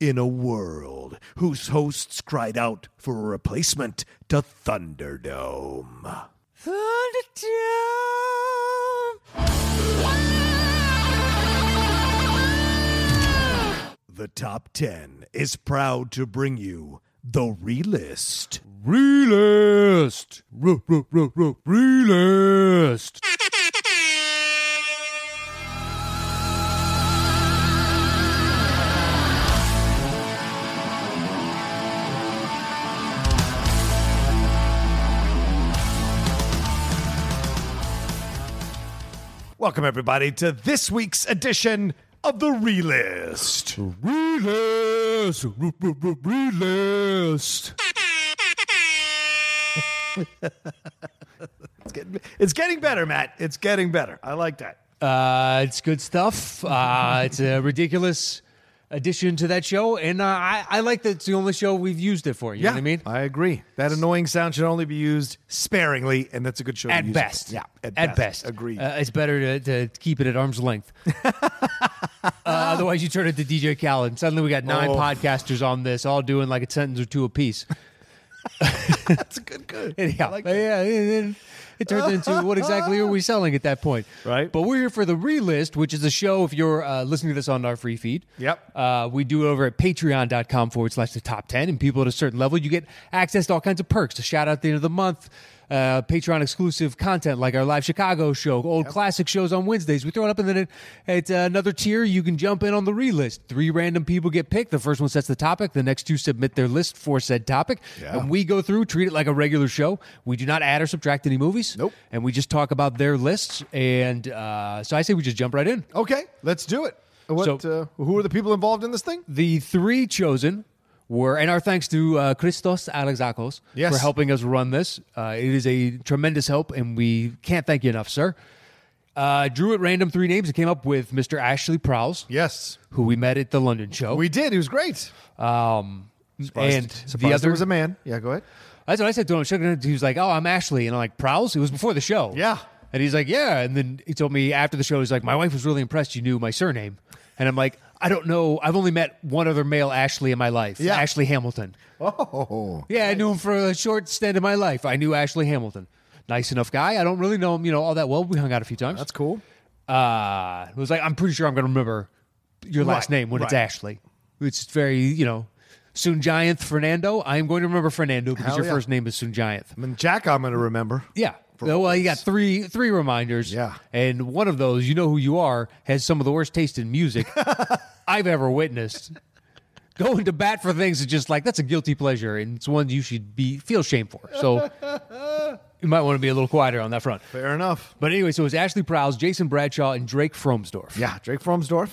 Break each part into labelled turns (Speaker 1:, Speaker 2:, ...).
Speaker 1: in a world whose hosts cried out for a replacement to Thunderdome. The Top 10 is proud to bring you the Relist.
Speaker 2: Relist. Re- re- re- re- Relist.
Speaker 1: Welcome, everybody, to this week's edition of the Relist.
Speaker 2: Relist. Re- re- re- Relist.
Speaker 1: It's getting, it's getting better, Matt. It's getting better. I like that.
Speaker 2: Uh, it's good stuff. Uh, it's a ridiculous addition to that show, and uh, I, I like that it's the only show we've used it for. You know what I mean?
Speaker 1: I agree. That annoying sound should only be used sparingly, and that's a good show. to
Speaker 2: At
Speaker 1: use it.
Speaker 2: best.
Speaker 1: yeah.
Speaker 2: At, best.
Speaker 1: agreed.
Speaker 2: Uh, it's better to, to keep it at arm's length. uh, otherwise, you turn it to DJ Khaled. and Suddenly, we got nine
Speaker 1: Oh.
Speaker 2: podcasters on this, all doing like a sentence or two apiece.
Speaker 1: that's a good, good.
Speaker 2: Anyhow,
Speaker 1: I like
Speaker 2: but
Speaker 1: that.
Speaker 2: yeah, and then it turns into what exactly are we selling at that point?
Speaker 1: Right.
Speaker 2: But we're here for the relist, which is a show if you're uh, listening to this on our free feed.
Speaker 1: Yep.
Speaker 2: Uh, we do it over at patreon.com forward slash the top 10. And people at a certain level, you get access to all kinds of perks, a shout out at the end of the month. Uh, Patreon exclusive content like our live Chicago show, old classic shows on Wednesdays. We throw it up, and then it, it's uh, another tier. You can jump in on the relist. Three random people get picked. The first one sets the topic. The next two submit their list for said topic.
Speaker 1: Yeah.
Speaker 2: And we go through, treat it like a regular show. We do not add or subtract any movies.
Speaker 1: Nope.
Speaker 2: And we just talk about their lists. And uh, so I say we just jump right in.
Speaker 1: uh, Okay, let's do it. What?
Speaker 2: So-
Speaker 1: uh, who are the people involved in this thing?
Speaker 2: The three chosen were, and our thanks to uh, Christos Alexakos
Speaker 1: Yes.
Speaker 2: for helping us run this. Uh, it is a tremendous help, and we can't thank you enough, sir. Uh, drew at random three names and came up with Mr. Ashley Prowse,
Speaker 1: Yes,
Speaker 2: who we met at the London show.
Speaker 1: we did. He was great.
Speaker 2: um, and
Speaker 1: Surprised
Speaker 2: the
Speaker 1: there
Speaker 2: other
Speaker 1: was a man. Yeah, go ahead.
Speaker 2: That's what I said to him. I shook his hand. He was like, "Oh, I'm Ashley," and I'm like, "Prowse." It was before the show.
Speaker 1: Yeah.
Speaker 2: And he's like, "Yeah." And then he told me after the show, he's like, "My wife was really impressed. You knew my surname." And I'm like, "I don't know. I've only met one other male Ashley in my life.
Speaker 1: Yeah.
Speaker 2: Ashley Hamilton.
Speaker 1: Oh,
Speaker 2: Yeah, I knew him for a short stint in my life. I knew Ashley Hamilton. Nice enough guy. I don't really know him, you know, all that well. We hung out a few times.
Speaker 1: that's cool.
Speaker 2: Uh, it was like, I'm pretty sure I'm going to remember your last name when it's
Speaker 1: right.
Speaker 2: Ashley. It's very, you know, Sunjayanth Fernando. I am going to remember Fernando because
Speaker 1: Hell
Speaker 2: your
Speaker 1: yeah.
Speaker 2: first name is Sunjayanth.
Speaker 1: I mean, Jack, I'm going to remember.
Speaker 2: Yeah. well, you got three three reminders.
Speaker 1: Yeah.
Speaker 2: And one of those, you know who you are, has some of the worst taste in music I've ever witnessed. Going to bat for things is just like that's a guilty pleasure, and it's one you should be feel shame for. So you might want to be a little quieter on that front.
Speaker 1: Fair enough.
Speaker 2: But anyway, so it was Ashley Prowse, Jason Bradshaw, and Drake Fromsdorf.
Speaker 1: Yeah, Drake Fromsdorf.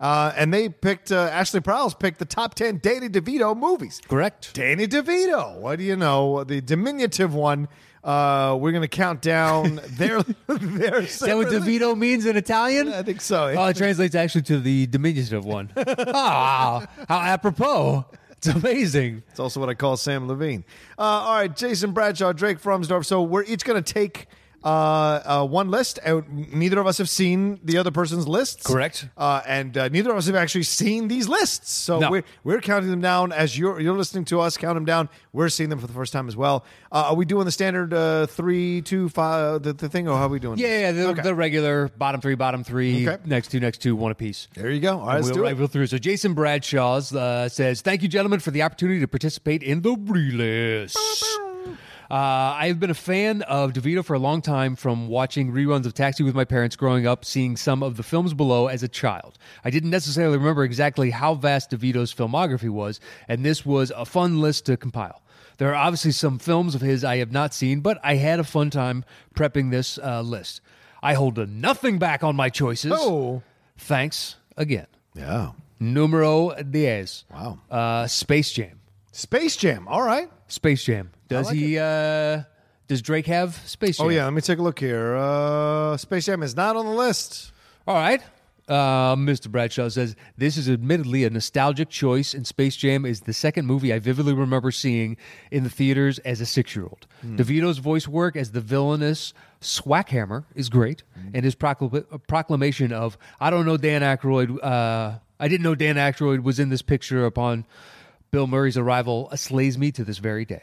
Speaker 1: Uh, and they picked uh, Ashley Prowse picked the top ten Danny DeVito movies.
Speaker 2: Correct.
Speaker 1: Danny DeVito. What do you know? The diminutive one. Uh, we're gonna count down their their. Is
Speaker 2: Is that what DeVito means in Italian?
Speaker 1: I think so.
Speaker 2: Oh, it translates actually to the diminutive one. Ah, how apropos. It's amazing.
Speaker 1: It's also what I call Sam Levine. Uh, all right, Jason Bradshaw, Drake Fromsdorf. So we're each gonna take. Uh, uh, one list. And neither of us have seen the other person's lists.
Speaker 2: Correct.
Speaker 1: Uh, and uh, neither of us have actually seen these lists. So
Speaker 2: No.
Speaker 1: we're, we're counting them down as you're you're listening to us count them down. We're seeing them for the first time as well. Uh, are we doing the standard uh, three, two, five, the, the thing, or how are we doing?
Speaker 2: Yeah,
Speaker 1: this?
Speaker 2: yeah, the,
Speaker 1: Okay.
Speaker 2: the regular bottom three, bottom three,
Speaker 1: Okay.
Speaker 2: next two, next two, one apiece.
Speaker 1: There you go. All right, let's
Speaker 2: we'll
Speaker 1: do
Speaker 2: rifle through. So Jason Bradshaw's uh, says, "Thank you, gentlemen, for the opportunity to participate in the relist. Uh, I have been a fan of DeVito for a long time, from watching reruns of Taxi with my parents growing up, seeing some of the films below as a child. I didn't necessarily remember exactly how vast DeVito's filmography was, and this was a fun list to compile." There are obviously some films of his I have not seen, but I had a fun time prepping this uh, list. I hold nothing back on my choices.
Speaker 1: Oh.
Speaker 2: Thanks again.
Speaker 1: it. Yeah.
Speaker 2: Numero diez.
Speaker 1: Wow.
Speaker 2: Uh, Space Jam.
Speaker 1: Space Jam. All right.
Speaker 2: Space Jam. Does
Speaker 1: like
Speaker 2: he? Uh, does Drake have Space Jam?
Speaker 1: Oh yeah. Let me take a look here. Uh, Space Jam is not on the list.
Speaker 2: All right. Uh, Mr. Bradshaw says this is admittedly a nostalgic choice, and Space Jam is the second movie I vividly remember seeing in the theaters as a six-year-old. DeVito's voice work as the villainous Swackhammer is great, and his procl- proclamation of "I don't know Dan Aykroyd." Uh, I didn't know Dan Aykroyd was in this picture upon Bill Murray's arrival. uh, Slays me to this very day.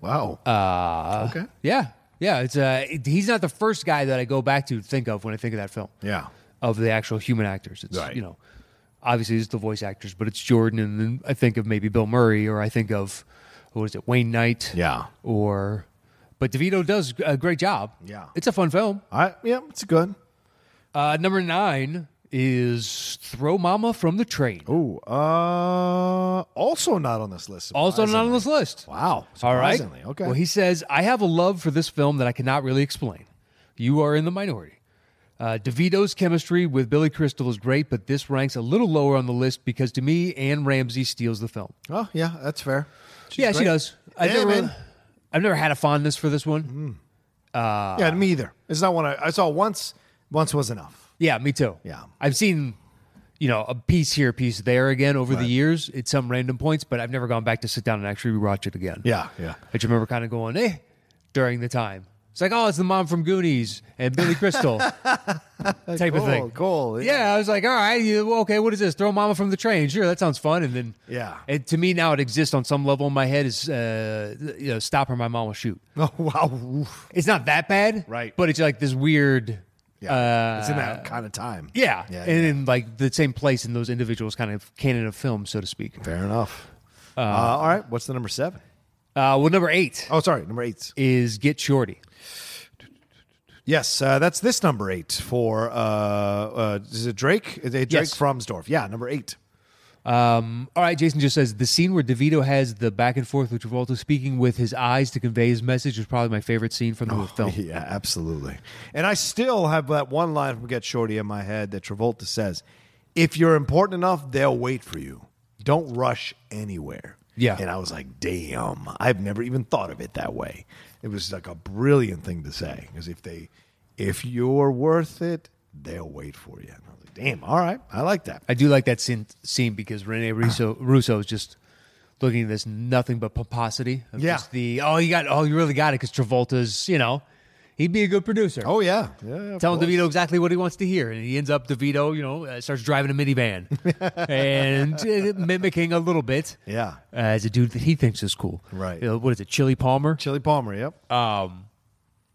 Speaker 1: Wow.
Speaker 2: Uh,
Speaker 1: okay.
Speaker 2: yeah, yeah. It's uh, it- he's not the first guy that I go back to think of when I think of that film.
Speaker 1: Yeah.
Speaker 2: of the actual human actors. It's
Speaker 1: Right.
Speaker 2: you know, obviously it's the voice actors, but it's Jordan, and then I think of maybe Bill Murray, or I think of what is it, Wayne Knight,
Speaker 1: Yeah.
Speaker 2: or but DeVito does a great job.
Speaker 1: Yeah.
Speaker 2: it's a fun film.
Speaker 1: I yeah, it's good.
Speaker 2: Uh, number nine is Throw Mama from the Train.
Speaker 1: Oh, uh, also not on this list.
Speaker 2: Also not on this list.
Speaker 1: Wow.
Speaker 2: All right.
Speaker 1: Surprisingly. Okay.
Speaker 2: Well, he says, I have a love for this film that I cannot really explain. You are in the minority. Uh, DeVito's chemistry with Billy Crystal is great, but this ranks a little lower on the list because to me, Anne Ramsey steals the film.
Speaker 1: oh yeah, that's fair. She's
Speaker 2: yeah, she
Speaker 1: great.
Speaker 2: does. I
Speaker 1: Yeah,
Speaker 2: never,
Speaker 1: man. Mm-hmm.
Speaker 2: I've never had a fondness for this one.
Speaker 1: yeah, me either. It's not one I, I saw once. Once was enough.
Speaker 2: Yeah, me too.
Speaker 1: Yeah.
Speaker 2: I've seen, you know, a piece here, a piece there again over the years at some random points, but I've never gone back to sit down and actually rewatch it again.
Speaker 1: Yeah, yeah.
Speaker 2: I just remember kind of going, eh, during the time. It's like, oh, it's the mom from Goonies and Billy Crystal type of
Speaker 1: Goal,
Speaker 2: thing.
Speaker 1: goal.
Speaker 2: Yeah, I was like, all right, you, well, okay, what is this? Throw Mama from the Train. Sure, that sounds fun. And then,
Speaker 1: Yeah.
Speaker 2: And to me now, it exists on some level in my head is, uh, you know, Stop or My Mom Will Shoot.
Speaker 1: Oh wow. Oof.
Speaker 2: It's not that bad.
Speaker 1: Right.
Speaker 2: But it's like this weird.
Speaker 1: Yeah.
Speaker 2: Uh,
Speaker 1: it's in that kind of time.
Speaker 2: Yeah.
Speaker 1: Yeah,
Speaker 2: and in like the same place in those individuals kind of canon of film, so to speak.
Speaker 1: Fair enough. Uh, all right. What's the number seven?
Speaker 2: Uh, well, number eight
Speaker 1: Oh, sorry, number eight.
Speaker 2: is Get Shorty.
Speaker 1: Yes, uh, that's this number eight for uh, uh, is it Drake? Is it Drake
Speaker 2: Yes.
Speaker 1: Fromsdorf. Yeah, number eight.
Speaker 2: Um, all right, Jason just says the scene where DeVito has the back and forth with Travolta speaking with his eyes to convey his message is probably my favorite scene from the film.
Speaker 1: Oh, Yeah, absolutely. And I still have that one line from Get Shorty in my head that Travolta says, "If you're important enough, they'll wait for you. Don't rush anywhere."
Speaker 2: Yeah.
Speaker 1: And I was like, "Damn, I've never even thought of it that way." It was like a brilliant thing to say because if they, if you're worth it, they'll wait for you. And I was like, "Damn, all right, I like that."
Speaker 2: I do like that scene, scene because Rene Russo, Russo is just looking at this nothing but pomposity. Of
Speaker 1: Yeah.
Speaker 2: Just the oh, you got oh, you really got it because Travolta's you know he'd be a good producer.
Speaker 1: Oh yeah, yeah. of
Speaker 2: Telling
Speaker 1: course.
Speaker 2: DeVito exactly what he wants to hear, and he ends up DeVito, you know, uh, starts driving a minivan and uh, mimicking a little bit
Speaker 1: Yeah.
Speaker 2: uh, as a dude that he thinks is cool.
Speaker 1: Right.
Speaker 2: You know, what is it, Chili Palmer?
Speaker 1: Chili Palmer. Yep.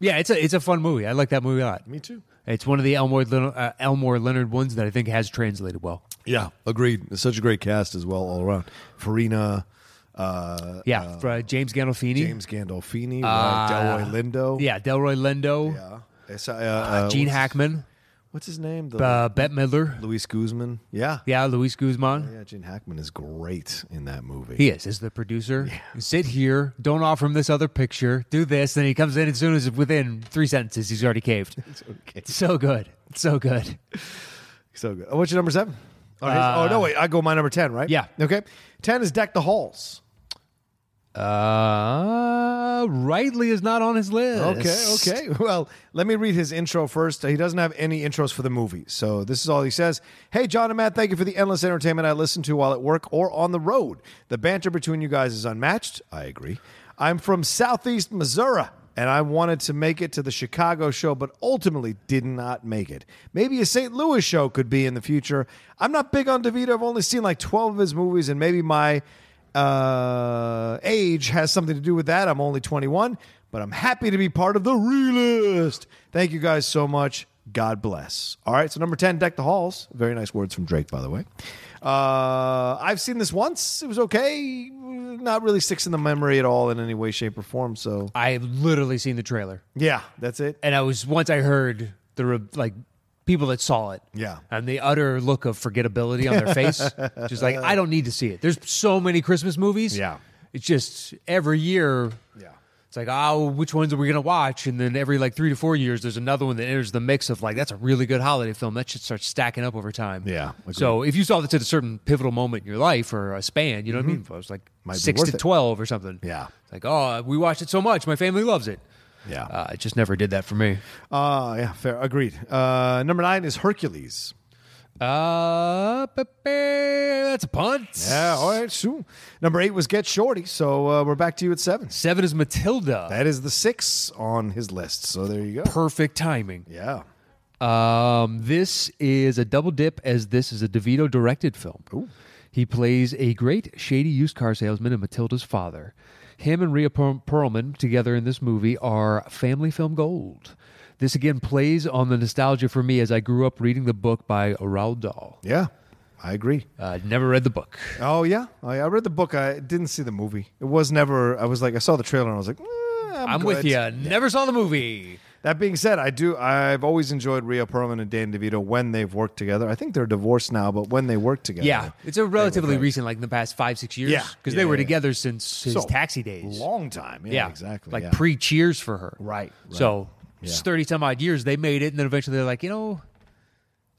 Speaker 2: Yeah, it's a it's a fun movie. I like that movie a lot.
Speaker 1: Me too.
Speaker 2: It's one of the Elmore Leonard, uh, Elmore Leonard ones that I think has translated well.
Speaker 1: Yeah, agreed. It's such a great cast as well all around. Farina, uh,
Speaker 2: Yeah, for, uh, James Gandolfini.
Speaker 1: James Gandolfini, uh, Delroy Lindo.
Speaker 2: Yeah, Delroy Lindo.
Speaker 1: Yeah. It's, uh, uh,
Speaker 2: Gene
Speaker 1: what's-
Speaker 2: Hackman.
Speaker 1: What's his name? The,
Speaker 2: Uh, Bette Midler.
Speaker 1: Luis Guzman. Yeah.
Speaker 2: Yeah, Luis Guzman.
Speaker 1: Yeah, Gene Hackman is great in that movie.
Speaker 2: He is as the producer. Sit here. Don't offer him this other picture. Do this. Then he comes in as soon as within three sentences, he's already caved. It's
Speaker 1: okay.
Speaker 2: So good. So good.
Speaker 1: So good. Oh, what's your number seven? Oh, his- oh, no, wait. I go my number 10, right?
Speaker 2: Uh, yeah.
Speaker 1: Okay. 10 is Deck the Halls.
Speaker 2: Uh, rightly is not on his list.
Speaker 1: Okay, okay. Well, let me read his intro first. He doesn't have any intros for the movie. So this is all he says. Hey, John and Matt, thank you for the endless entertainment I listen to while at work or on the road. The banter between you guys is unmatched. I agree. I'm from Southeast Missouri. And I wanted to make it to the Chicago show, but ultimately did not make it. Maybe a St. Louis show could be in the future. I'm not big on DeVito. I've only seen like 12 of his movies, and maybe my uh, age has something to do with that. I'm only 21, but I'm happy to be part of the realist. Thank you guys so much. God bless. All right, so number 10, Deck the Halls. Very nice words from Drake, by the way. Uh, I've seen this once. It was okay. Not really sticks in the memory at all in any way, shape, or form. So,
Speaker 2: I've literally seen the trailer.
Speaker 1: yeah, that's it.
Speaker 2: and I was once I heard the re- like people that saw it,
Speaker 1: Yeah.
Speaker 2: and the utter look of forgettability on their face, just like I don't need to see it. There's so many Christmas movies,
Speaker 1: Yeah.
Speaker 2: It's just every year,
Speaker 1: Yeah.
Speaker 2: It's like oh, which ones are we gonna watch? And then every like three to four years, there's another one that enters the mix of like that's a really good holiday film. That should start stacking up over time.
Speaker 1: Yeah, agreed.
Speaker 2: So if you saw this at a certain pivotal moment in your life or a span, you know what I mean? If it was like
Speaker 1: Mm-hmm. Might be
Speaker 2: six
Speaker 1: worth
Speaker 2: to
Speaker 1: it.
Speaker 2: twelve or something.
Speaker 1: Yeah.
Speaker 2: It's like oh, we watched it so much, my family loves it.
Speaker 1: Yeah.
Speaker 2: Uh, it just never did that for me.
Speaker 1: Uh, yeah, fair. Agreed. Uh, number nine is Hercules.
Speaker 2: Uh, ba- ba- that's a punt.
Speaker 1: Yeah, all right, soon. Number eight was Get Shorty. So, uh, we're back to you at seven.
Speaker 2: Seven is Matilda.
Speaker 1: That is the six on his list. So there you go.
Speaker 2: Perfect timing.
Speaker 1: Yeah.
Speaker 2: Um, this is a double dip as this is a DeVito directed film. He plays a great shady used car salesman and Matilda's father. Him and Rhea Per- Perlman together in this movie are family film gold. This again plays on the nostalgia for me as I grew up reading the book by Roald Dahl.
Speaker 1: Yeah, I agree.
Speaker 2: Uh, never read the book.
Speaker 1: Oh yeah, oh, yeah. I read the book. I didn't see the movie. It was never. I was like, I saw the trailer and I was like, eh, I'm,
Speaker 2: I'm with
Speaker 1: good.
Speaker 2: you. Never saw the movie.
Speaker 1: That being said, I do. I've always enjoyed Rhea Perlman and Dan DeVito when they've worked together. I think they're divorced now, but when they work together,
Speaker 2: Yeah, it's a relatively recent, like in the past five six years.
Speaker 1: Yeah.
Speaker 2: because
Speaker 1: Yeah,
Speaker 2: they were
Speaker 1: yeah, yeah.
Speaker 2: together since his
Speaker 1: So,
Speaker 2: taxi days.
Speaker 1: long time. Yeah,
Speaker 2: yeah,
Speaker 1: exactly.
Speaker 2: Like
Speaker 1: yeah.
Speaker 2: pre Cheers for her.
Speaker 1: Right, right.
Speaker 2: So
Speaker 1: Yeah.
Speaker 2: thirty some odd years they made it, and then eventually they're like, you know,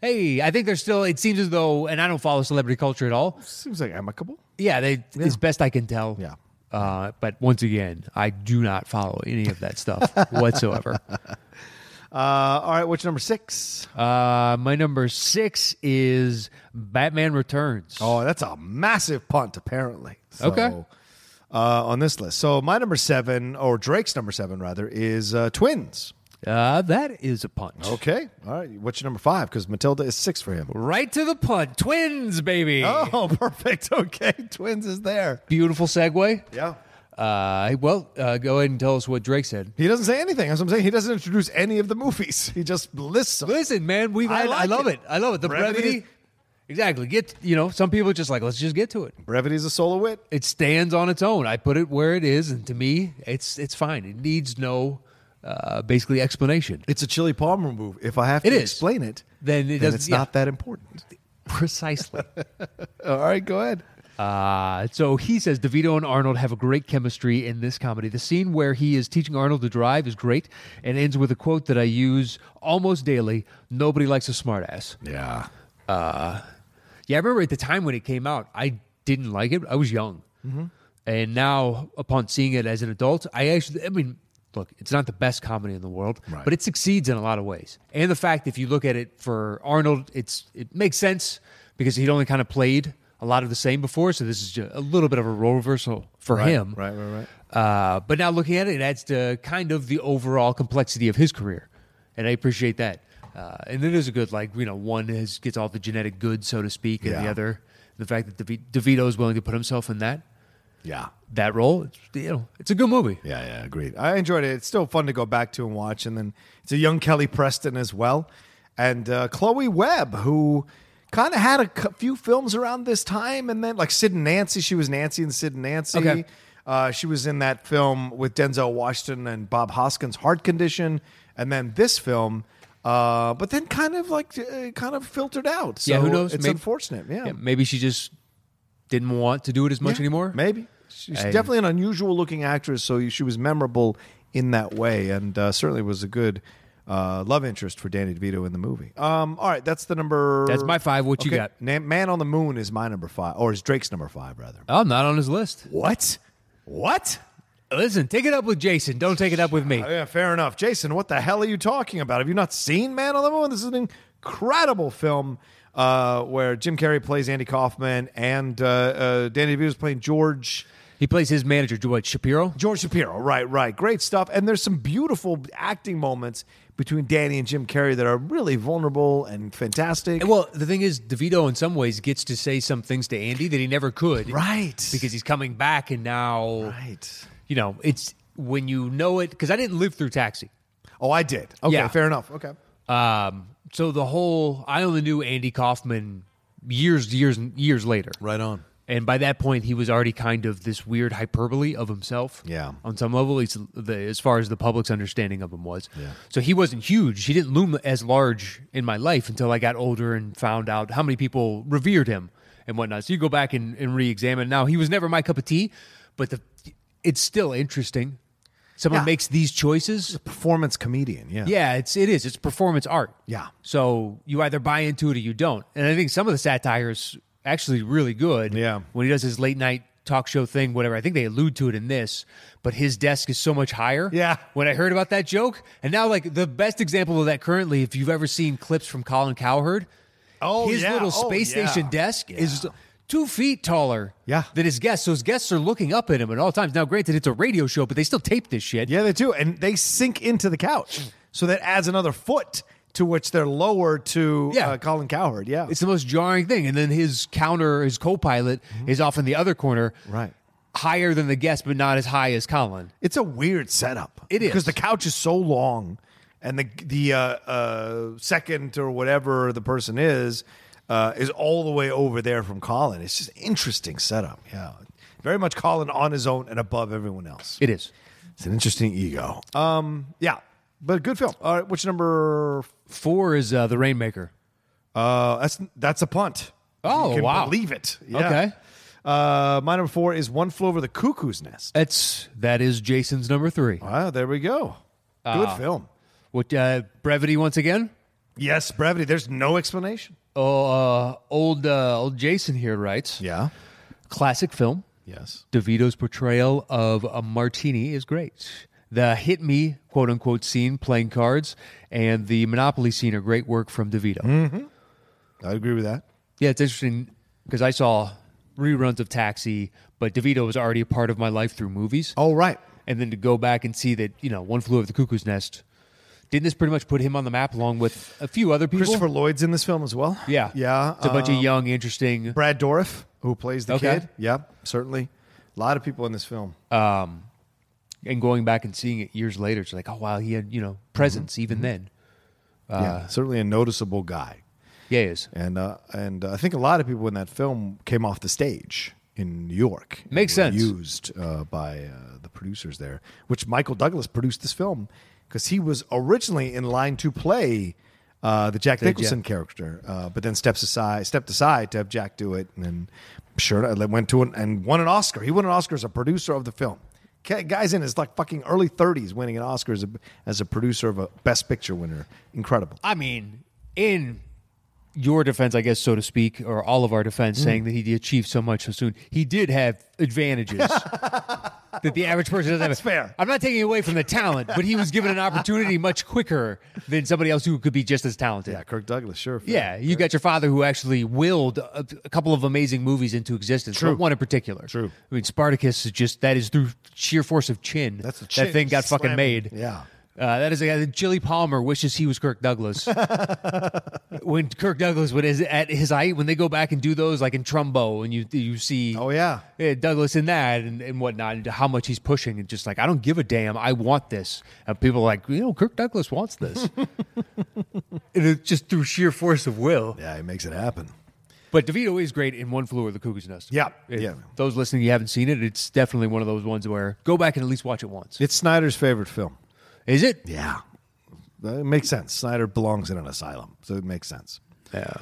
Speaker 2: hey, I think they're still. It seems as though, and I don't follow celebrity culture at all.
Speaker 1: seems like amicable.
Speaker 2: Yeah, they as best I can tell.
Speaker 1: Yeah.
Speaker 2: Uh, but once again, I do not follow any of that stuff whatsoever.
Speaker 1: Uh, all right, what's your number six?
Speaker 2: Uh, my number six is Batman Returns.
Speaker 1: Oh, that's a massive punt, apparently. So,
Speaker 2: Okay.
Speaker 1: Uh, on this list. So my number seven, or Drake's number seven, rather, is uh, Twins.
Speaker 2: Uh, that is a punch.
Speaker 1: Okay. All right. What's your number five? Because Matilda is six for him.
Speaker 2: Right to the punt. Twins, baby.
Speaker 1: Oh, perfect. Okay. Twins is there.
Speaker 2: Beautiful segue.
Speaker 1: Yeah.
Speaker 2: Uh, well, uh, go ahead and tell us what Drake said.
Speaker 1: He doesn't say anything. That's what I'm saying. He doesn't introduce any of the movies. He just lists them.
Speaker 2: Listen, man, we
Speaker 1: I
Speaker 2: I,
Speaker 1: like
Speaker 2: I love
Speaker 1: it.
Speaker 2: it. I love it. The
Speaker 1: Brevity.
Speaker 2: brevity. Exactly. Get you know, some people just like let's just get to it.
Speaker 1: Brevity's a solo wit.
Speaker 2: It stands on its own. I put it where it is, and to me, it's it's fine. It needs no uh, basically explanation.
Speaker 1: It's a Chili Palmer move. If I have to
Speaker 2: It is.
Speaker 1: explain it,
Speaker 2: Then it
Speaker 1: then
Speaker 2: doesn't-
Speaker 1: it's
Speaker 2: yeah.
Speaker 1: not that important.
Speaker 2: Precisely.
Speaker 1: All right. Go ahead.
Speaker 2: Uh, so he says DeVito and Arnold have a great chemistry in this comedy. The scene where he is teaching Arnold to drive is great and ends with a quote that I use almost daily Nobody likes a smartass.
Speaker 1: Yeah.
Speaker 2: Yeah, I remember at the time when it came out, I didn't like it. I was young.
Speaker 1: Mm-hmm.
Speaker 2: And now, upon seeing it as an adult, I actually, I mean, look, it's not the best comedy in the world,
Speaker 1: Right.
Speaker 2: but it succeeds in a lot of ways. And the fact, if you look at it for Arnold, it's it makes sense because he'd only kind of played a lot of the same before. So this is just a little bit of a role reversal for him.
Speaker 1: Right. Right. Right.
Speaker 2: Uh, but now looking at it, it adds to kind of the overall complexity of his career, and I appreciate that. Uh, and it is a good, like you know, one has gets all the genetic good, so to speak, and
Speaker 1: Yeah.
Speaker 2: the other, the fact that De- DeVito is willing to put himself in that
Speaker 1: Yeah.
Speaker 2: that role, it's, you know, it's a good movie.
Speaker 1: Yeah, yeah, agreed. I enjoyed it. It's still fun to go back to and watch. And then it's a young Kelly Preston as well, and uh, Chloe Webb, who kind of had a cou- few films around this time, and then like Sid and Nancy, she was Nancy and Sid and Nancy.
Speaker 2: Okay.
Speaker 1: Uh, she was in that film with Denzel Washington and Bob Hoskins, Heart Condition, and then this film. Uh, but then kind of like uh, kind of filtered out. So
Speaker 2: yeah, who knows?
Speaker 1: It's
Speaker 2: May-
Speaker 1: unfortunate. Yeah,
Speaker 2: maybe she just didn't want to do it as much
Speaker 1: Yeah,
Speaker 2: anymore.
Speaker 1: Maybe she's
Speaker 2: I-
Speaker 1: definitely an unusual looking actress, so she was memorable in that way, and uh, certainly was a good uh, love interest for Danny DeVito in the movie. Um, all right, that's the number.
Speaker 2: That's my five. What you got?
Speaker 1: Na- Man on the Moon is my number five, or is Drake's number five rather?
Speaker 2: Oh, not on his list.
Speaker 1: What? What?
Speaker 2: Listen, take it up with Jason. Don't take it up with me.
Speaker 1: Oh, Yeah, fair enough. Jason, what the hell are you talking about? Have you not seen Man on the Moon? This is an incredible film uh, where Jim Carrey plays Andy Kaufman and uh, uh, Danny DeVito is playing George.
Speaker 2: He plays his manager, Dwight Shapiro.
Speaker 1: George Shapiro, right, right. Great stuff. And there's some beautiful acting moments between Danny and Jim Carrey that are really vulnerable and fantastic.
Speaker 2: Well, the thing is, DeVito in some ways gets to say some things to Andy that he never could.
Speaker 1: Right.
Speaker 2: Because he's coming back and now,
Speaker 1: right.
Speaker 2: you know, it's when you know it, because I didn't live through Taxi.
Speaker 1: Oh, I did. Okay,
Speaker 2: Yeah.
Speaker 1: fair enough. Okay.
Speaker 2: Um, so the whole, I only knew Andy Kaufman years, years, and years later.
Speaker 1: Right on.
Speaker 2: And by that point, he was already kind of this weird hyperbole of himself.
Speaker 1: Yeah.
Speaker 2: On some level, at least the, as far as the public's understanding of him was. Yeah. So he wasn't huge. He didn't loom as large in my life until I got older and found out how many people revered him and whatnot. So you go back and, and re examine. Now, he was never my cup of tea, but the, it's still interesting. Someone
Speaker 1: Yeah.
Speaker 2: makes these choices.
Speaker 1: Performance comedian, yeah.
Speaker 2: Yeah, it's it is. It's performance art.
Speaker 1: Yeah.
Speaker 2: So you either buy into it or you don't. And I think some of the satire is actually really good.
Speaker 1: Yeah.
Speaker 2: When he does his late night talk show thing, whatever. I think they allude to it in this, but his desk is so much higher.
Speaker 1: Yeah.
Speaker 2: When I heard about that joke, and now like the best example of that currently, if you've ever seen clips from Colin Cowherd,
Speaker 1: Oh,
Speaker 2: his
Speaker 1: yeah.
Speaker 2: little
Speaker 1: Oh,
Speaker 2: space
Speaker 1: yeah.
Speaker 2: station desk is two feet taller
Speaker 1: Yeah.
Speaker 2: than his guests. So his guests are looking up at him at all times. Now, granted, it's a radio show, but they still tape this shit.
Speaker 1: Yeah, they do. And they sink into the couch. So that adds another foot to which they're lower to
Speaker 2: Yeah.
Speaker 1: uh, Colin Cowherd. Yeah,
Speaker 2: It's the most jarring thing. And then his counter, his co pilot, is off in the other corner,
Speaker 1: Mm-hmm. right.
Speaker 2: higher than the guest, but not as high as Colin.
Speaker 1: It's a weird setup.
Speaker 2: It is.
Speaker 1: because the couch is so long, and the the uh, uh, second or whatever the person is uh, is all the way over there from Colin. It's just interesting setup. Yeah, very much Colin on his own and above everyone else.
Speaker 2: It is.
Speaker 1: It's an interesting ego. Um, yeah, but good film. All right, which number?
Speaker 2: Four is uh, The Rainmaker.
Speaker 1: Uh, that's that's a punt.
Speaker 2: Oh,
Speaker 1: you can
Speaker 2: wow.
Speaker 1: Believe it. Yeah.
Speaker 2: Okay.
Speaker 1: Uh, my number four is one flew over the cuckoo's nest.
Speaker 2: That's, that is Jason's number three.
Speaker 1: Wow, there we go.
Speaker 2: Ah.
Speaker 1: Good film.
Speaker 2: What uh, Brevity once again?
Speaker 1: Yes, brevity. There's no explanation.
Speaker 2: Oh, uh, old, uh, old Jason here writes
Speaker 1: Yeah.
Speaker 2: classic film.
Speaker 1: Yes.
Speaker 2: DeVito's portrayal of a martini is great. The hit me, quote unquote, scene, playing cards, and the Monopoly scene are great work from DeVito.
Speaker 1: I agree with that.
Speaker 2: Yeah, it's interesting because I saw reruns of Taxi, but DeVito was already a part of my life through movies.
Speaker 1: Oh, right.
Speaker 2: And then to go back and see that, you know, One Flew Over the Cuckoo's Nest, didn't this pretty much put him on the map along with a few other people?
Speaker 1: Christopher Lloyd's in this film as well.
Speaker 2: Yeah.
Speaker 1: Yeah.
Speaker 2: It's a bunch of
Speaker 1: um,
Speaker 2: young, interesting.
Speaker 1: Brad Dourif, who plays the
Speaker 2: Okay.
Speaker 1: kid. Yeah, certainly. A lot of people in this film.
Speaker 2: Um, and going back and seeing it years later, it's like, oh, wow, he had, you know, presence
Speaker 1: Mm-hmm.
Speaker 2: even then.
Speaker 1: yeah. Certainly a noticeable guy.
Speaker 2: Yeah, he is.
Speaker 1: And uh, and uh, I think a lot of people in that film came off the stage in New York. and
Speaker 2: Makes
Speaker 1: were
Speaker 2: sense.
Speaker 1: Used uh, by uh, the producers there, which Michael Douglas produced this film because he was originally in line to play uh, the Jack Nicholson character, uh, but then steps aside, stepped aside to have Jack do it, and then sure enough, it went to an, and won an Oscar. He won an Oscar as a producer of the film. Ca- Guy's in his like fucking early thirties, winning an Oscar as a, as a producer of a Best Picture winner. Incredible.
Speaker 2: I mean, in your defense, I guess, so to speak, or all of our
Speaker 1: Mm.
Speaker 2: defense, saying that he achieved so much so soon, he did have advantages that the average person doesn't
Speaker 1: That's
Speaker 2: have.
Speaker 1: fair.
Speaker 2: I'm not taking away from the talent, but he was given an opportunity much quicker than somebody else who could be just as talented.
Speaker 1: Yeah, Kirk Douglas, sure. fair.
Speaker 2: Yeah, you got your father who actually willed a, a couple of amazing movies into existence.
Speaker 1: True.
Speaker 2: but one in particular.
Speaker 1: True.
Speaker 2: I mean, Spartacus is just that is through sheer force of chin.
Speaker 1: That's the
Speaker 2: That
Speaker 1: chin
Speaker 2: thing got fucking
Speaker 1: slamming.
Speaker 2: made.
Speaker 1: Yeah.
Speaker 2: Uh, that is a guy that Jilly Palmer wishes he was Kirk Douglas. when Kirk Douglas when is at his height, when they go back and do those like in Trumbo, and you you see
Speaker 1: Oh yeah.
Speaker 2: yeah, Douglas in that and, and whatnot, and how much he's pushing, and just like I don't give a damn, I want this, and people are like you know Kirk Douglas wants this, and it's just through sheer force of will.
Speaker 1: Yeah, he makes it happen.
Speaker 2: But DeVito is great in One Flew Over the Cuckoo's Nest.
Speaker 1: Yeah,
Speaker 2: If
Speaker 1: yeah.
Speaker 2: Those listening, you haven't seen it. It's definitely one of those ones where go back and at least watch it once.
Speaker 1: It's Snyder's favorite film.
Speaker 2: Is it?
Speaker 1: Yeah. It makes sense. Snyder belongs in an asylum, so it makes sense.
Speaker 2: Yeah.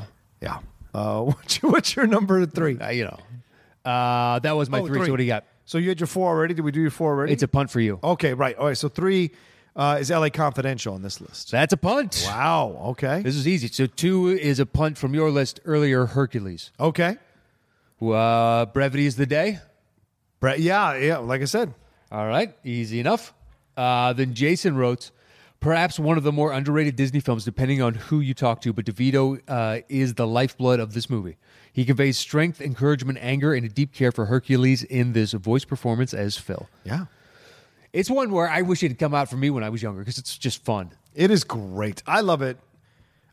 Speaker 1: Yeah. Uh, what's, your, what's your number three?
Speaker 2: Uh, you know, uh, that was my
Speaker 1: Oh,
Speaker 2: three. Oh. So what do you got?
Speaker 1: So you had your four already? Did we do your four already?
Speaker 2: It's a punt for you.
Speaker 1: okay, right. All right. So three uh, is LA Confidential on this list.
Speaker 2: That's a punt.
Speaker 1: Wow. Okay.
Speaker 2: This is easy. So two is a punt from your list earlier. Hercules.
Speaker 1: Okay.
Speaker 2: Uh, brevity is the day.
Speaker 1: Brett, yeah, yeah. Like I said,
Speaker 2: All right, easy enough. Uh, then Jason wrote, perhaps one of the more underrated Disney films, depending on who you talk to, but DeVito uh, is the lifeblood of this movie. He conveys strength, encouragement, anger, and a deep care for Hercules in this voice performance as Phil.
Speaker 1: yeah.
Speaker 2: It's one where I wish it had come out for me when I was younger because it's just fun.
Speaker 1: It is great. I love it.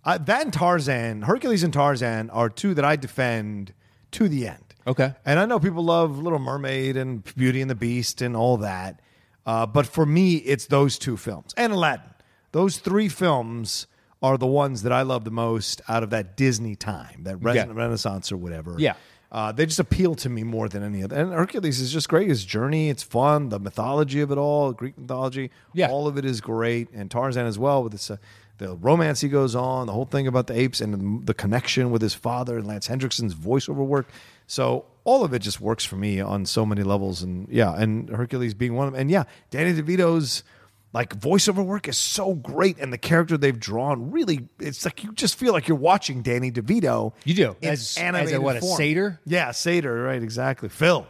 Speaker 1: I, that and Tarzan, Hercules and Tarzan are two that I defend to the end.
Speaker 2: Okay.
Speaker 1: And I know people love Little Mermaid and Beauty and the Beast and all that. Uh, but for me, it's those two films and Aladdin. Those three films are the ones that I love the most out of that Disney time, that res-
Speaker 2: Yeah.
Speaker 1: Renaissance or whatever.
Speaker 2: Yeah.
Speaker 1: Uh, they just appeal to me more than any other. And Hercules is just great. His journey, it's fun. The mythology of it all, Greek mythology,
Speaker 2: Yeah.
Speaker 1: all of it is great. And Tarzan as well with this, uh, the romance he goes on, the whole thing about the apes and the, the connection with his father and Lance Hendrickson's voiceover work. So all of it just works for me on so many levels. And yeah, and Hercules being one of them. And yeah, Danny DeVito's like voiceover work is so great and the character they've drawn really it's like you just feel like you're watching danny devito
Speaker 2: You do.
Speaker 1: in
Speaker 2: As- as a,
Speaker 1: animated
Speaker 2: what, a
Speaker 1: form.
Speaker 2: satyr?
Speaker 1: Yeah, satyr, right? Exactly, Phil.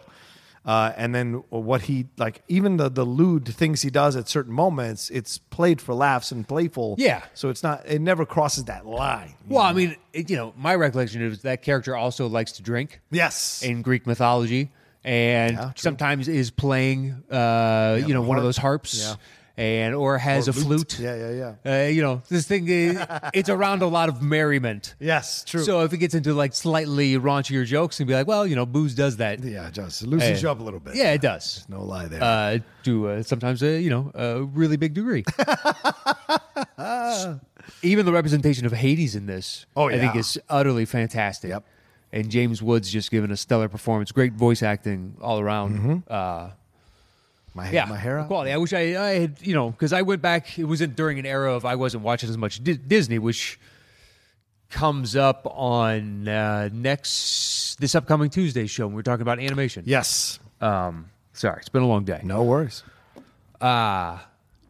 Speaker 1: Uh, and then what he like, even the the lewd things he does at certain moments, it's played for laughs and playful.
Speaker 2: Yeah.
Speaker 1: so it's not it never crosses that line.
Speaker 2: Well, I mean, it, you know, my recollection is that character also likes to drink.
Speaker 1: Yes,
Speaker 2: in Greek mythology, and
Speaker 1: Yeah, true.
Speaker 2: sometimes is playing, uh, you know, one of
Speaker 1: harp.
Speaker 2: those harps.
Speaker 1: Yeah.
Speaker 2: and or has
Speaker 1: Or
Speaker 2: a flute.
Speaker 1: Yeah, yeah, yeah.
Speaker 2: Uh, you know, this thing is, it's around a lot of merriment.
Speaker 1: Yes, true.
Speaker 2: So if it gets into like slightly raunchier jokes and be like, well, you know, booze does that.
Speaker 1: yeah, just loosens you up a little bit.
Speaker 2: Yeah, it does.
Speaker 1: no lie there.
Speaker 2: Uh, to uh, sometimes, uh, you know, a really big degree. S- Even the representation of Hades in this,
Speaker 1: Oh,
Speaker 2: I think,
Speaker 1: yeah.
Speaker 2: is utterly fantastic.
Speaker 1: Yep.
Speaker 2: And James Woods just giving a stellar performance. Great voice acting all around.
Speaker 1: Mm-hmm.
Speaker 2: Uh,
Speaker 1: my hair,
Speaker 2: yeah,
Speaker 1: my hair.
Speaker 2: quality. I wish I, I had, you know, because I went back. It wasn't during an era of I wasn't watching as much Di- Disney, which comes up on uh, next this upcoming Tuesday show. When we're talking about animation.
Speaker 1: Yes.
Speaker 2: Um, sorry, it's been a long day.
Speaker 1: No worries.
Speaker 2: Uh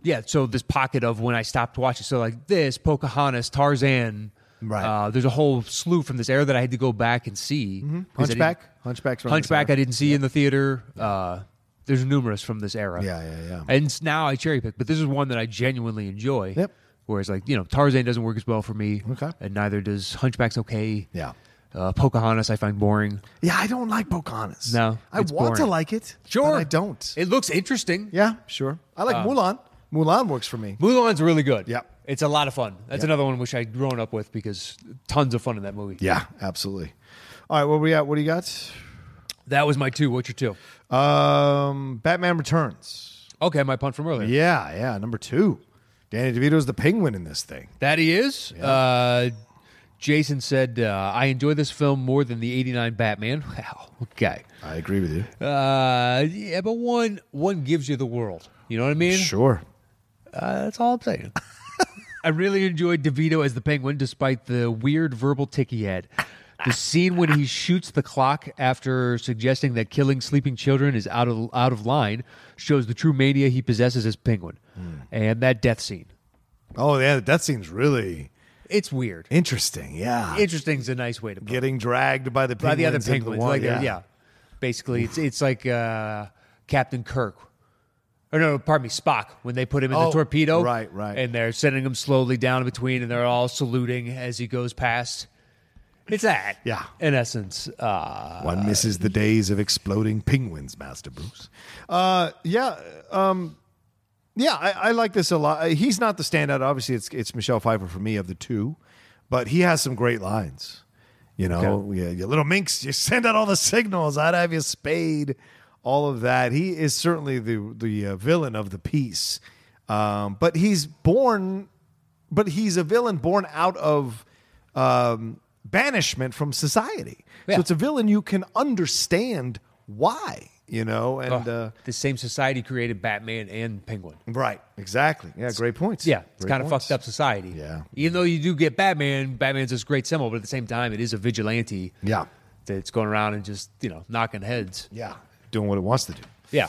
Speaker 2: yeah. So this pocket of when I stopped watching. So like this, Pocahontas, Tarzan.
Speaker 1: Right.
Speaker 2: Uh, there's a whole slew from this era that I had to go back and see. 'Cause I didn't-
Speaker 1: Mm-hmm. Hunchback. Hunchback's around this
Speaker 2: Hunchback, I
Speaker 1: era.
Speaker 2: didn't see in the theater. Uh, there's numerous from this era.
Speaker 1: Yeah, yeah, yeah.
Speaker 2: And s- now I cherry pick, but this is one that I genuinely enjoy.
Speaker 1: Yep.
Speaker 2: Whereas, like you know, Tarzan doesn't work as well for me.
Speaker 1: Okay.
Speaker 2: And neither does Hunchback's. Okay.
Speaker 1: Yeah.
Speaker 2: Uh, Pocahontas, I find boring.
Speaker 1: Yeah, I don't like Pocahontas.
Speaker 2: No,
Speaker 1: I
Speaker 2: it's
Speaker 1: want to
Speaker 2: boring.
Speaker 1: like it.
Speaker 2: Sure.
Speaker 1: but I don't.
Speaker 2: It looks interesting.
Speaker 1: yeah, sure. Um, I like Mulan. Mulan works for me.
Speaker 2: Mulan's really good.
Speaker 1: Yep.
Speaker 2: It's a lot of fun. That's another one which I'd grown up with because tons of fun in that movie.
Speaker 1: Yeah, absolutely. All right, where we at? What do you got?
Speaker 2: That was my two. What's your two?
Speaker 1: Um, Batman Returns.
Speaker 2: Okay, my punt from earlier.
Speaker 1: Yeah, yeah. Number two, Danny DeVito's the penguin in this thing.
Speaker 2: That he is. Uh, Jason said, uh, I enjoy this film more than the 89 Batman. Wow. Okay.
Speaker 1: I agree with you.
Speaker 2: Uh, yeah, but one one gives you the world. You know what I mean?
Speaker 1: Sure.
Speaker 2: Uh, that's all I'm saying. I really enjoyed DeVito as the penguin, despite the weird verbal tick he had. The scene when he shoots the clock after suggesting that killing sleeping children is out of out of line shows the true mania he possesses as penguin, and that death scene.
Speaker 1: Oh yeah, that seems really
Speaker 2: It's weird.
Speaker 1: interesting. Yeah,
Speaker 2: Interesting's a nice way to put it.
Speaker 1: getting dragged by the penguins
Speaker 2: by the other
Speaker 1: into
Speaker 2: penguins.
Speaker 1: one-
Speaker 2: like yeah. yeah, basically, it's it's like uh, Captain Kirk. Or no, pardon me, Spock. When they put him in
Speaker 1: Oh,
Speaker 2: the torpedo,
Speaker 1: right, right.
Speaker 2: and they're sending him slowly down in between, and they're all saluting as he goes past. It's that,
Speaker 1: Yeah.
Speaker 2: In essence, uh,
Speaker 1: One misses the days of exploding penguins, Master Bruce. Uh, yeah, um, yeah, I, I like this a lot. Uh, He's not the standout. Obviously, it's it's Michelle Pfeiffer for me of the two, but he has some great lines. You know, yeah, you little minx, you send out all the signals. I'd have you spayed. All of that. He is certainly the the uh, villain of the piece, um, but he's born but he's a villain born out of um, banishment from society.
Speaker 2: Yeah.
Speaker 1: So it's a villain you can understand why, you know, and uh,
Speaker 2: the same society created Batman and Penguin.
Speaker 1: right, exactly. Yeah, great points.
Speaker 2: Yeah, it's
Speaker 1: Great
Speaker 2: kind of
Speaker 1: points.
Speaker 2: fucked up society.
Speaker 1: Yeah.
Speaker 2: even though you do get Batman, Batman's this great symbol, but at the same time, it is a vigilante.
Speaker 1: Yeah,
Speaker 2: that's going around and just you know knocking heads.
Speaker 1: yeah, doing what it wants to do.
Speaker 2: Yeah.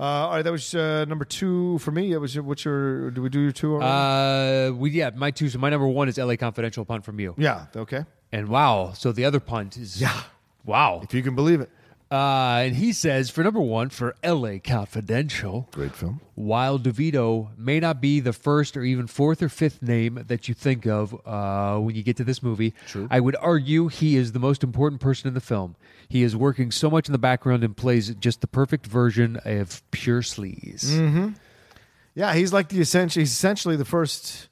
Speaker 1: Uh, all right, that was uh, number two for me. That was your, what's your? Do we do your two? already?
Speaker 2: Uh, we yeah, my two. So my number one is L.A. Confidential punt from you,
Speaker 1: yeah, okay.
Speaker 2: and wow. So the other punt is
Speaker 1: Yeah.
Speaker 2: wow.
Speaker 1: If you can believe it,
Speaker 2: Uh, and he says for number one for L.A. Confidential,
Speaker 1: great film.
Speaker 2: while DeVito may not be the first or even fourth or fifth name that you think of uh, when you get to this movie, True. I would argue he is the most important person in the film. He is working so much in the background and plays just the perfect version of pure sleaze.
Speaker 1: Yeah, he's like the essential. He's essentially the first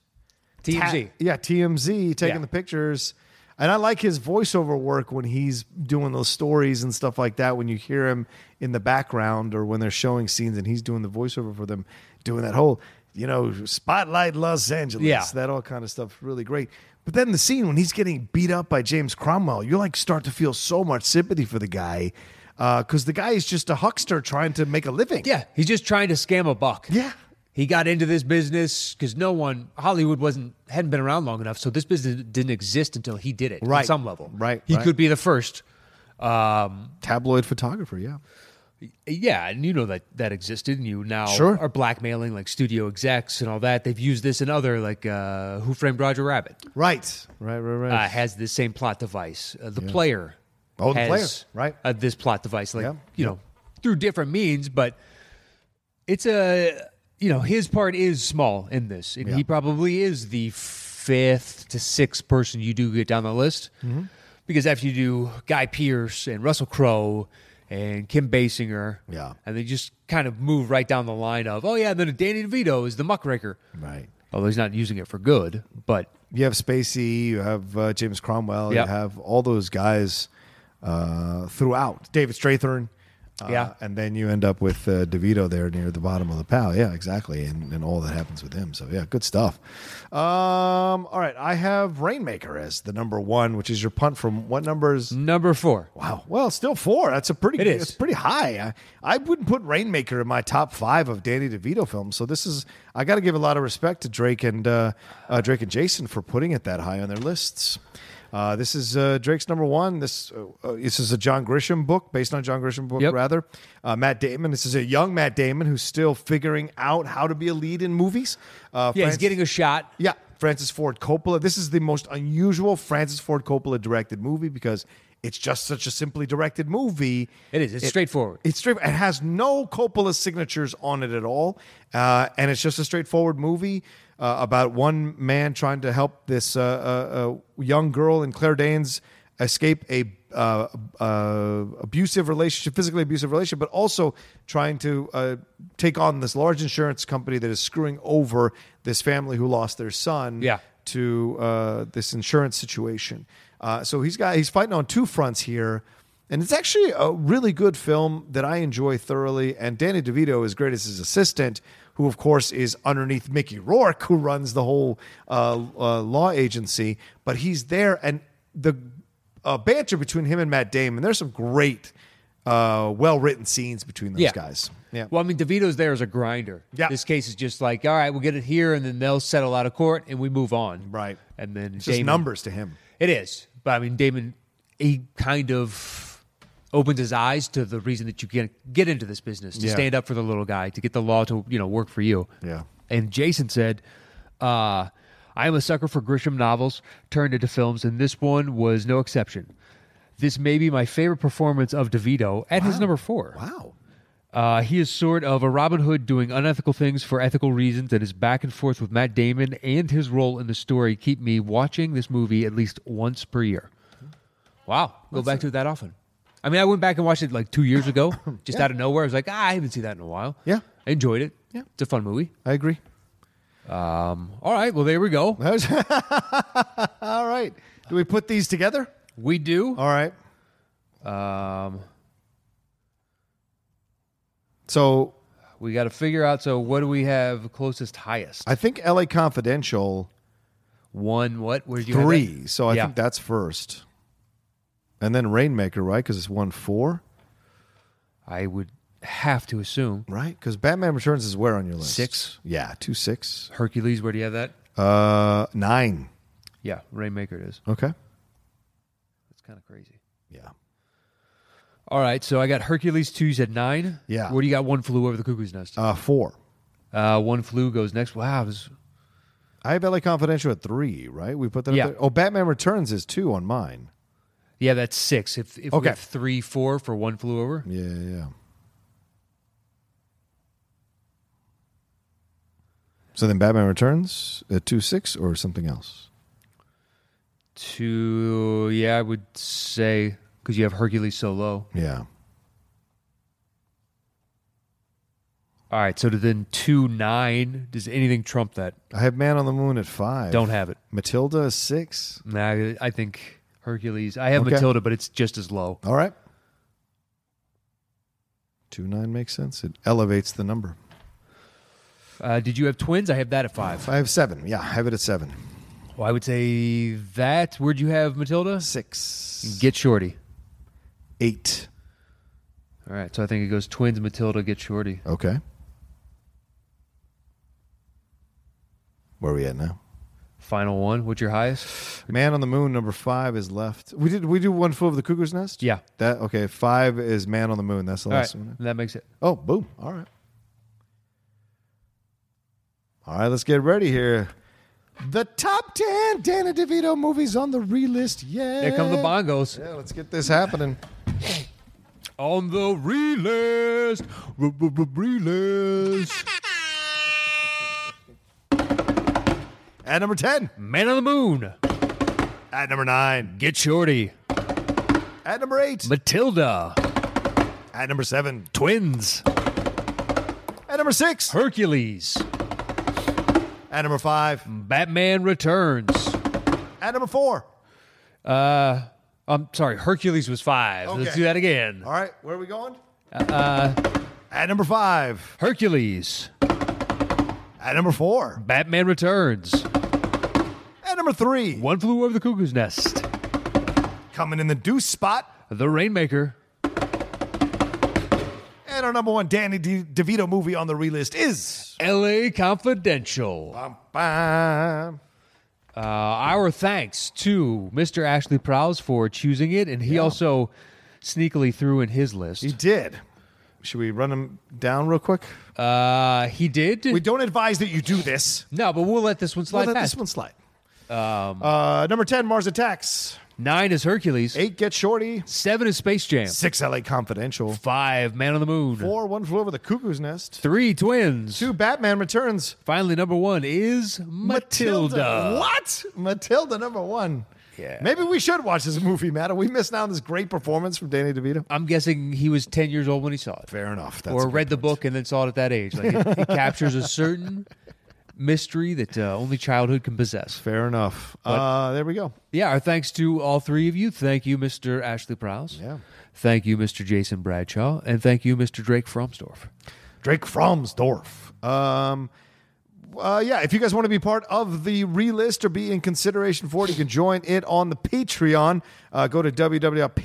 Speaker 2: TMZ.
Speaker 1: Ta- yeah, TMZ taking
Speaker 2: Yeah.
Speaker 1: the pictures. And I like his voiceover work when he's doing those stories and stuff like that. When you hear him in the background or when they're showing scenes and he's doing the voiceover for them, doing that whole, you know, spotlight Los Angeles,
Speaker 2: Yeah.
Speaker 1: that all kind of stuff, really great. But then the scene when he's getting beat up by James Cromwell, you like start to feel so much sympathy for the guy because the guy is just a huckster trying to make a living.
Speaker 2: Yeah, he's just trying to scam a buck.
Speaker 1: Yeah.
Speaker 2: He got into this business because no one Hollywood wasn't hadn't been around long enough, so this business didn't exist until he did it. on
Speaker 1: Right.
Speaker 2: some level,
Speaker 1: Right,
Speaker 2: He
Speaker 1: right.
Speaker 2: could be the first. Um,
Speaker 1: Tabloid photographer, yeah.
Speaker 2: yeah, and you know that that existed, and you now
Speaker 1: Sure.
Speaker 2: are blackmailing like studio execs and all that. They've used this in other like uh, Who Framed Roger Rabbit
Speaker 1: Right, right, right, right.
Speaker 2: uh, has this same plot device. Uh, the player,
Speaker 1: Oh, The
Speaker 2: has,
Speaker 1: Player, right.
Speaker 2: Uh, this plot device, like
Speaker 1: Yeah.
Speaker 2: you know, through different means, but it's a you know his part is small in this, and he probably is the fifth to sixth
Speaker 1: Mm-hmm.
Speaker 2: person you do get down the list because after you do Guy Pearce and Russell Crowe and Kim Basinger.
Speaker 1: Yeah.
Speaker 2: And they just kind of move right down the line of, oh, yeah, then Danny DeVito is the muckraker.
Speaker 1: Right.
Speaker 2: Although he's not using it for good, but
Speaker 1: You have Spacey, you have uh, James Cromwell,
Speaker 2: Yep.
Speaker 1: you have all those guys uh, throughout. David Strathern. Uh,
Speaker 2: Yeah.
Speaker 1: And then you end up with uh, DeVito there near the bottom of the pile. Yeah, exactly. And, and all that happens with him. So, yeah, good stuff. Um, all right. I have Rainmaker as the number one, which is your punt from what numbers?
Speaker 2: number four.
Speaker 1: Wow. Well, still four. That's a pretty.
Speaker 2: It is.
Speaker 1: It's pretty high. I, I wouldn't put Rainmaker in my top five of Danny DeVito films. So this is. I got to give a lot of respect to Drake and uh, uh, Drake and Jason for putting it that high on their lists. Uh, this is uh, Drake's number one. This uh, uh, this is a John Grisham book based on a John Grisham book
Speaker 2: Yep.
Speaker 1: rather. Uh, Matt Damon. This is a young Matt Damon who's still figuring out how to be a lead in movies. Uh,
Speaker 2: Yeah,
Speaker 1: Francis-
Speaker 2: he's getting a shot.
Speaker 1: yeah, Francis Ford Coppola. This is the most unusual Francis Ford Coppola directed movie because it's just such a simply directed movie.
Speaker 2: It is. It's straightforward.
Speaker 1: It's straight. It has no Coppola signatures on it at all, uh, and it's just a straightforward movie uh, about one man trying to help this uh, uh, uh, young girl in Claire Danes escape a uh, uh, abusive relationship, physically abusive relationship, but also trying to uh, take on this large insurance company that is screwing over this family who lost their son
Speaker 2: Yeah.
Speaker 1: to uh, this insurance situation. Uh, so he's got he's fighting on two fronts here, and it's actually a really good film that I enjoy thoroughly. And Danny DeVito is great as his assistant, who of course is underneath Mickey Rourke, who runs the whole uh, uh, law agency. But he's there, and the uh, banter between him and Matt Damon. There's some great, uh, well written scenes between those
Speaker 2: Yeah.
Speaker 1: guys. Yeah.
Speaker 2: Well, I mean, DeVito's there as a grinder.
Speaker 1: Yeah.
Speaker 2: This case is just like, all right, we'll get it here, and then they'll settle out of court, and we move on.
Speaker 1: Right.
Speaker 2: And then
Speaker 1: it's just
Speaker 2: Damon-
Speaker 1: numbers to him.
Speaker 2: It is. But I mean, Damon, he kind of opens his eyes to the reason that you can get into this business to
Speaker 1: Yeah.
Speaker 2: stand up for the little guy, to get the law to, you know, work for you.
Speaker 1: Yeah.
Speaker 2: And Jason said, uh, I am a sucker for Grisham novels turned into films, and this one was no exception. This may be my favorite performance of DeVito at his number four.
Speaker 1: Wow.
Speaker 2: Uh, he is sort of a Robin Hood doing unethical things for ethical reasons, and his back and forth with Matt Damon and his role in the story keep me watching this movie at least once per year. Wow, go back to it that often. I mean, I went back and watched it like two years ago, just out of nowhere. I was like, ah, I haven't seen that in a while.
Speaker 1: Yeah.
Speaker 2: I enjoyed it.
Speaker 1: Yeah.
Speaker 2: it's a fun movie.
Speaker 1: I agree.
Speaker 2: All right, well there we go.
Speaker 1: That was- All right. Do we put these together?
Speaker 2: We do.
Speaker 1: All right.
Speaker 2: Um,
Speaker 1: So
Speaker 2: we got to figure out. So what do we have closest, highest?
Speaker 1: I think LA Confidential
Speaker 2: One. What? Where did you have that?
Speaker 1: three. So I
Speaker 2: Yeah.
Speaker 1: think that's first. And then Rainmaker, right? Because it's one four,
Speaker 2: I would have to assume
Speaker 1: right? Because Batman Returns is where on your list?
Speaker 2: Six.
Speaker 1: Yeah, two six.
Speaker 2: Hercules. Where do you have that?
Speaker 1: Uh, nine.
Speaker 2: Yeah, Rainmaker it is.
Speaker 1: Okay.
Speaker 2: That's kind of crazy.
Speaker 1: Yeah.
Speaker 2: All right, so I got Hercules 2's at 9.
Speaker 1: Yeah.
Speaker 2: Where do you got One Flew Over the Cuckoo's Nest?
Speaker 1: Uh, four.
Speaker 2: Uh, one Flew goes next. Wow. this-
Speaker 1: I have LA Confidential at three, right? We put that.
Speaker 2: Yeah.
Speaker 1: Up there. Oh, Batman Returns is two on mine.
Speaker 2: yeah, that's 6. If, if we
Speaker 1: Okay.
Speaker 2: have 3, 4 for One Flew Over.
Speaker 1: Yeah, yeah. So then Batman Returns at 2 6 or something else?
Speaker 2: 2, yeah, I would say, because you have Hercules so low.
Speaker 1: Yeah.
Speaker 2: All right, so to then 2, 9. Does anything trump that?
Speaker 1: I have Man on the Moon at 5.
Speaker 2: Don't have it.
Speaker 1: Matilda is 6.
Speaker 2: Nah, I- I think Hercules. I have
Speaker 1: Okay.
Speaker 2: Matilda, but it's just as low.
Speaker 1: All right. 2 9 makes sense. It elevates the number.
Speaker 2: Uh, did you have twins? I have that at 5.
Speaker 1: I have 7. Yeah, I have it at 7.
Speaker 2: Well, I would say that. Where'd you have Matilda?
Speaker 1: 6.
Speaker 2: Get Shorty.
Speaker 1: 8.
Speaker 2: All right, so I think it goes twins, Matilda, get Shorty.
Speaker 1: Okay. Where are we at now?
Speaker 2: Final one. What's your highest?
Speaker 1: Man on the Moon number five is left. We did we do one fool of the cuckoo's nest.
Speaker 2: Yeah.
Speaker 1: That okay. Five is Man on the Moon. That's the
Speaker 2: All right,
Speaker 1: last one.
Speaker 2: that makes it.
Speaker 1: Oh, boom. All right. All right. Let's get ready here. The top ten Dana DeVito movies on the relist. Yeah.
Speaker 2: There come the bongos
Speaker 1: Yeah. Let's get this happening.
Speaker 2: on the relist. Relist.
Speaker 1: At number ten.
Speaker 2: Man on the moon.
Speaker 1: At number nine.
Speaker 2: Get Shorty.
Speaker 1: At number eight.
Speaker 2: Matilda.
Speaker 1: At number seven.
Speaker 2: Twins.
Speaker 1: At number six.
Speaker 2: Hercules.
Speaker 1: At number five.
Speaker 2: Batman Returns.
Speaker 1: At number four.
Speaker 2: I'm Um, sorry, Hercules was five.
Speaker 1: Okay.
Speaker 2: Let's do that again.
Speaker 1: All right, where are we going?
Speaker 2: Uh,
Speaker 1: at number five.
Speaker 2: Hercules.
Speaker 1: At number four.
Speaker 2: Batman Returns.
Speaker 1: At number three.
Speaker 2: One Flew Over the Cuckoo's Nest.
Speaker 1: Coming in the deuce spot.
Speaker 2: The Rainmaker.
Speaker 1: And our number one Danny De- DeVito movie on the relist is.
Speaker 2: LA Confidential.
Speaker 1: Bum, bum.
Speaker 2: Uh, our thanks to Mr. Ashley Prowse for choosing it, and he also sneakily threw in his
Speaker 1: He
Speaker 2: list.
Speaker 1: did. Should we run him down real quick?
Speaker 2: Uh, he did.
Speaker 1: We don't advise that you do this.
Speaker 2: no, but we'll let this one slide
Speaker 1: We'll let
Speaker 2: past. Um.
Speaker 1: this one slide. Uh, number 10, Mars Attacks.
Speaker 2: Nine is Hercules.
Speaker 1: Eight, Get Shorty.
Speaker 2: Seven is Space Jam.
Speaker 1: Six, LA Confidential.
Speaker 2: Five, Man on the Moon.
Speaker 1: Four, One Flew Over the Cuckoo's Nest.
Speaker 2: Three, Twins.
Speaker 1: Two, Batman Returns.
Speaker 2: Finally, number one is Matilda.
Speaker 1: What? Matilda number one.
Speaker 2: Yeah.
Speaker 1: Maybe we should watch this movie, Matt. Are we missing out on this great performance from Danny DeVito?
Speaker 2: I'm guessing he was 10 years old when he saw it.
Speaker 1: Fair enough. That's
Speaker 2: or read the book and then saw it at that age. Like it, it captures a certain mystery that uh, only childhood can possess.
Speaker 1: Fair enough. Uh, there we go.
Speaker 2: Yeah, our thanks to all three of you. Thank you, Mr. Ashley Prowse.
Speaker 1: Yeah.
Speaker 2: Thank you, Mr. Jason Bradshaw. And thank you, Mr. Drake Fromsdorf.
Speaker 1: Drake Fromsdorf. Um, uh, yeah, if you guys want to be part of the relist or be in consideration for it, you can join it on the Patreon. Uh, go to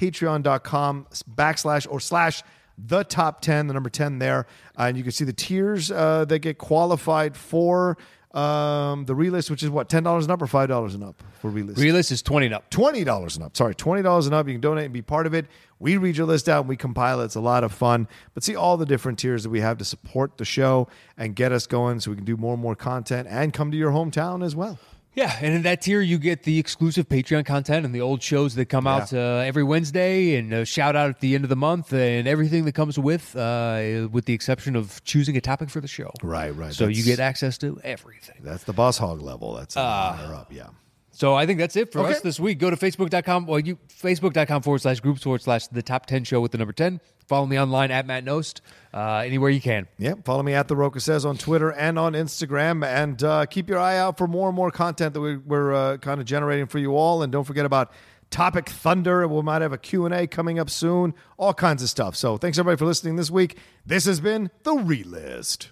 Speaker 1: www.patreon.com backslash or slash the top 10, the number 10 there. Uh, and you can see the tiers uh, that get qualified for um, the relist, which is what, $10 and up or $5 and up for relist?
Speaker 2: Realist is 20 and up.
Speaker 1: twenty dollars and up. Sorry, twenty dollars and up. You can donate and be part of it. We read your list out and we compile it. It's a lot of fun. But see all the different tiers that we have to support the show and get us going, so we can do more and more content and come to your hometown as well.
Speaker 2: Yeah, and in that tier, you get the exclusive Patreon content and the old shows that come out uh, every Wednesday, and a shout out at the end of the month, and everything that comes with, uh, with the exception of choosing a topic for the show.
Speaker 1: Right, right.
Speaker 2: So you
Speaker 1: That's-
Speaker 2: get access to everything.
Speaker 1: That's the boss hog level. That's uh, up. Yeah.
Speaker 2: So I think that's it for
Speaker 1: Okay.
Speaker 2: us this week. Go to facebook.com, well, you, facebook.com forward slash groups forward slash the top 10 show with the number 10. Follow me online at Matt Nost, uh, anywhere you can.
Speaker 1: Yeah, follow me at the Roca says on Twitter and on Instagram, and uh, keep your eye out for more and more content that we, we're uh, kind of generating for you all. And don't forget about Topic Thunder. We might have a Q and A coming up soon. All kinds of stuff. So thanks everybody for listening this week. This has been the Relist.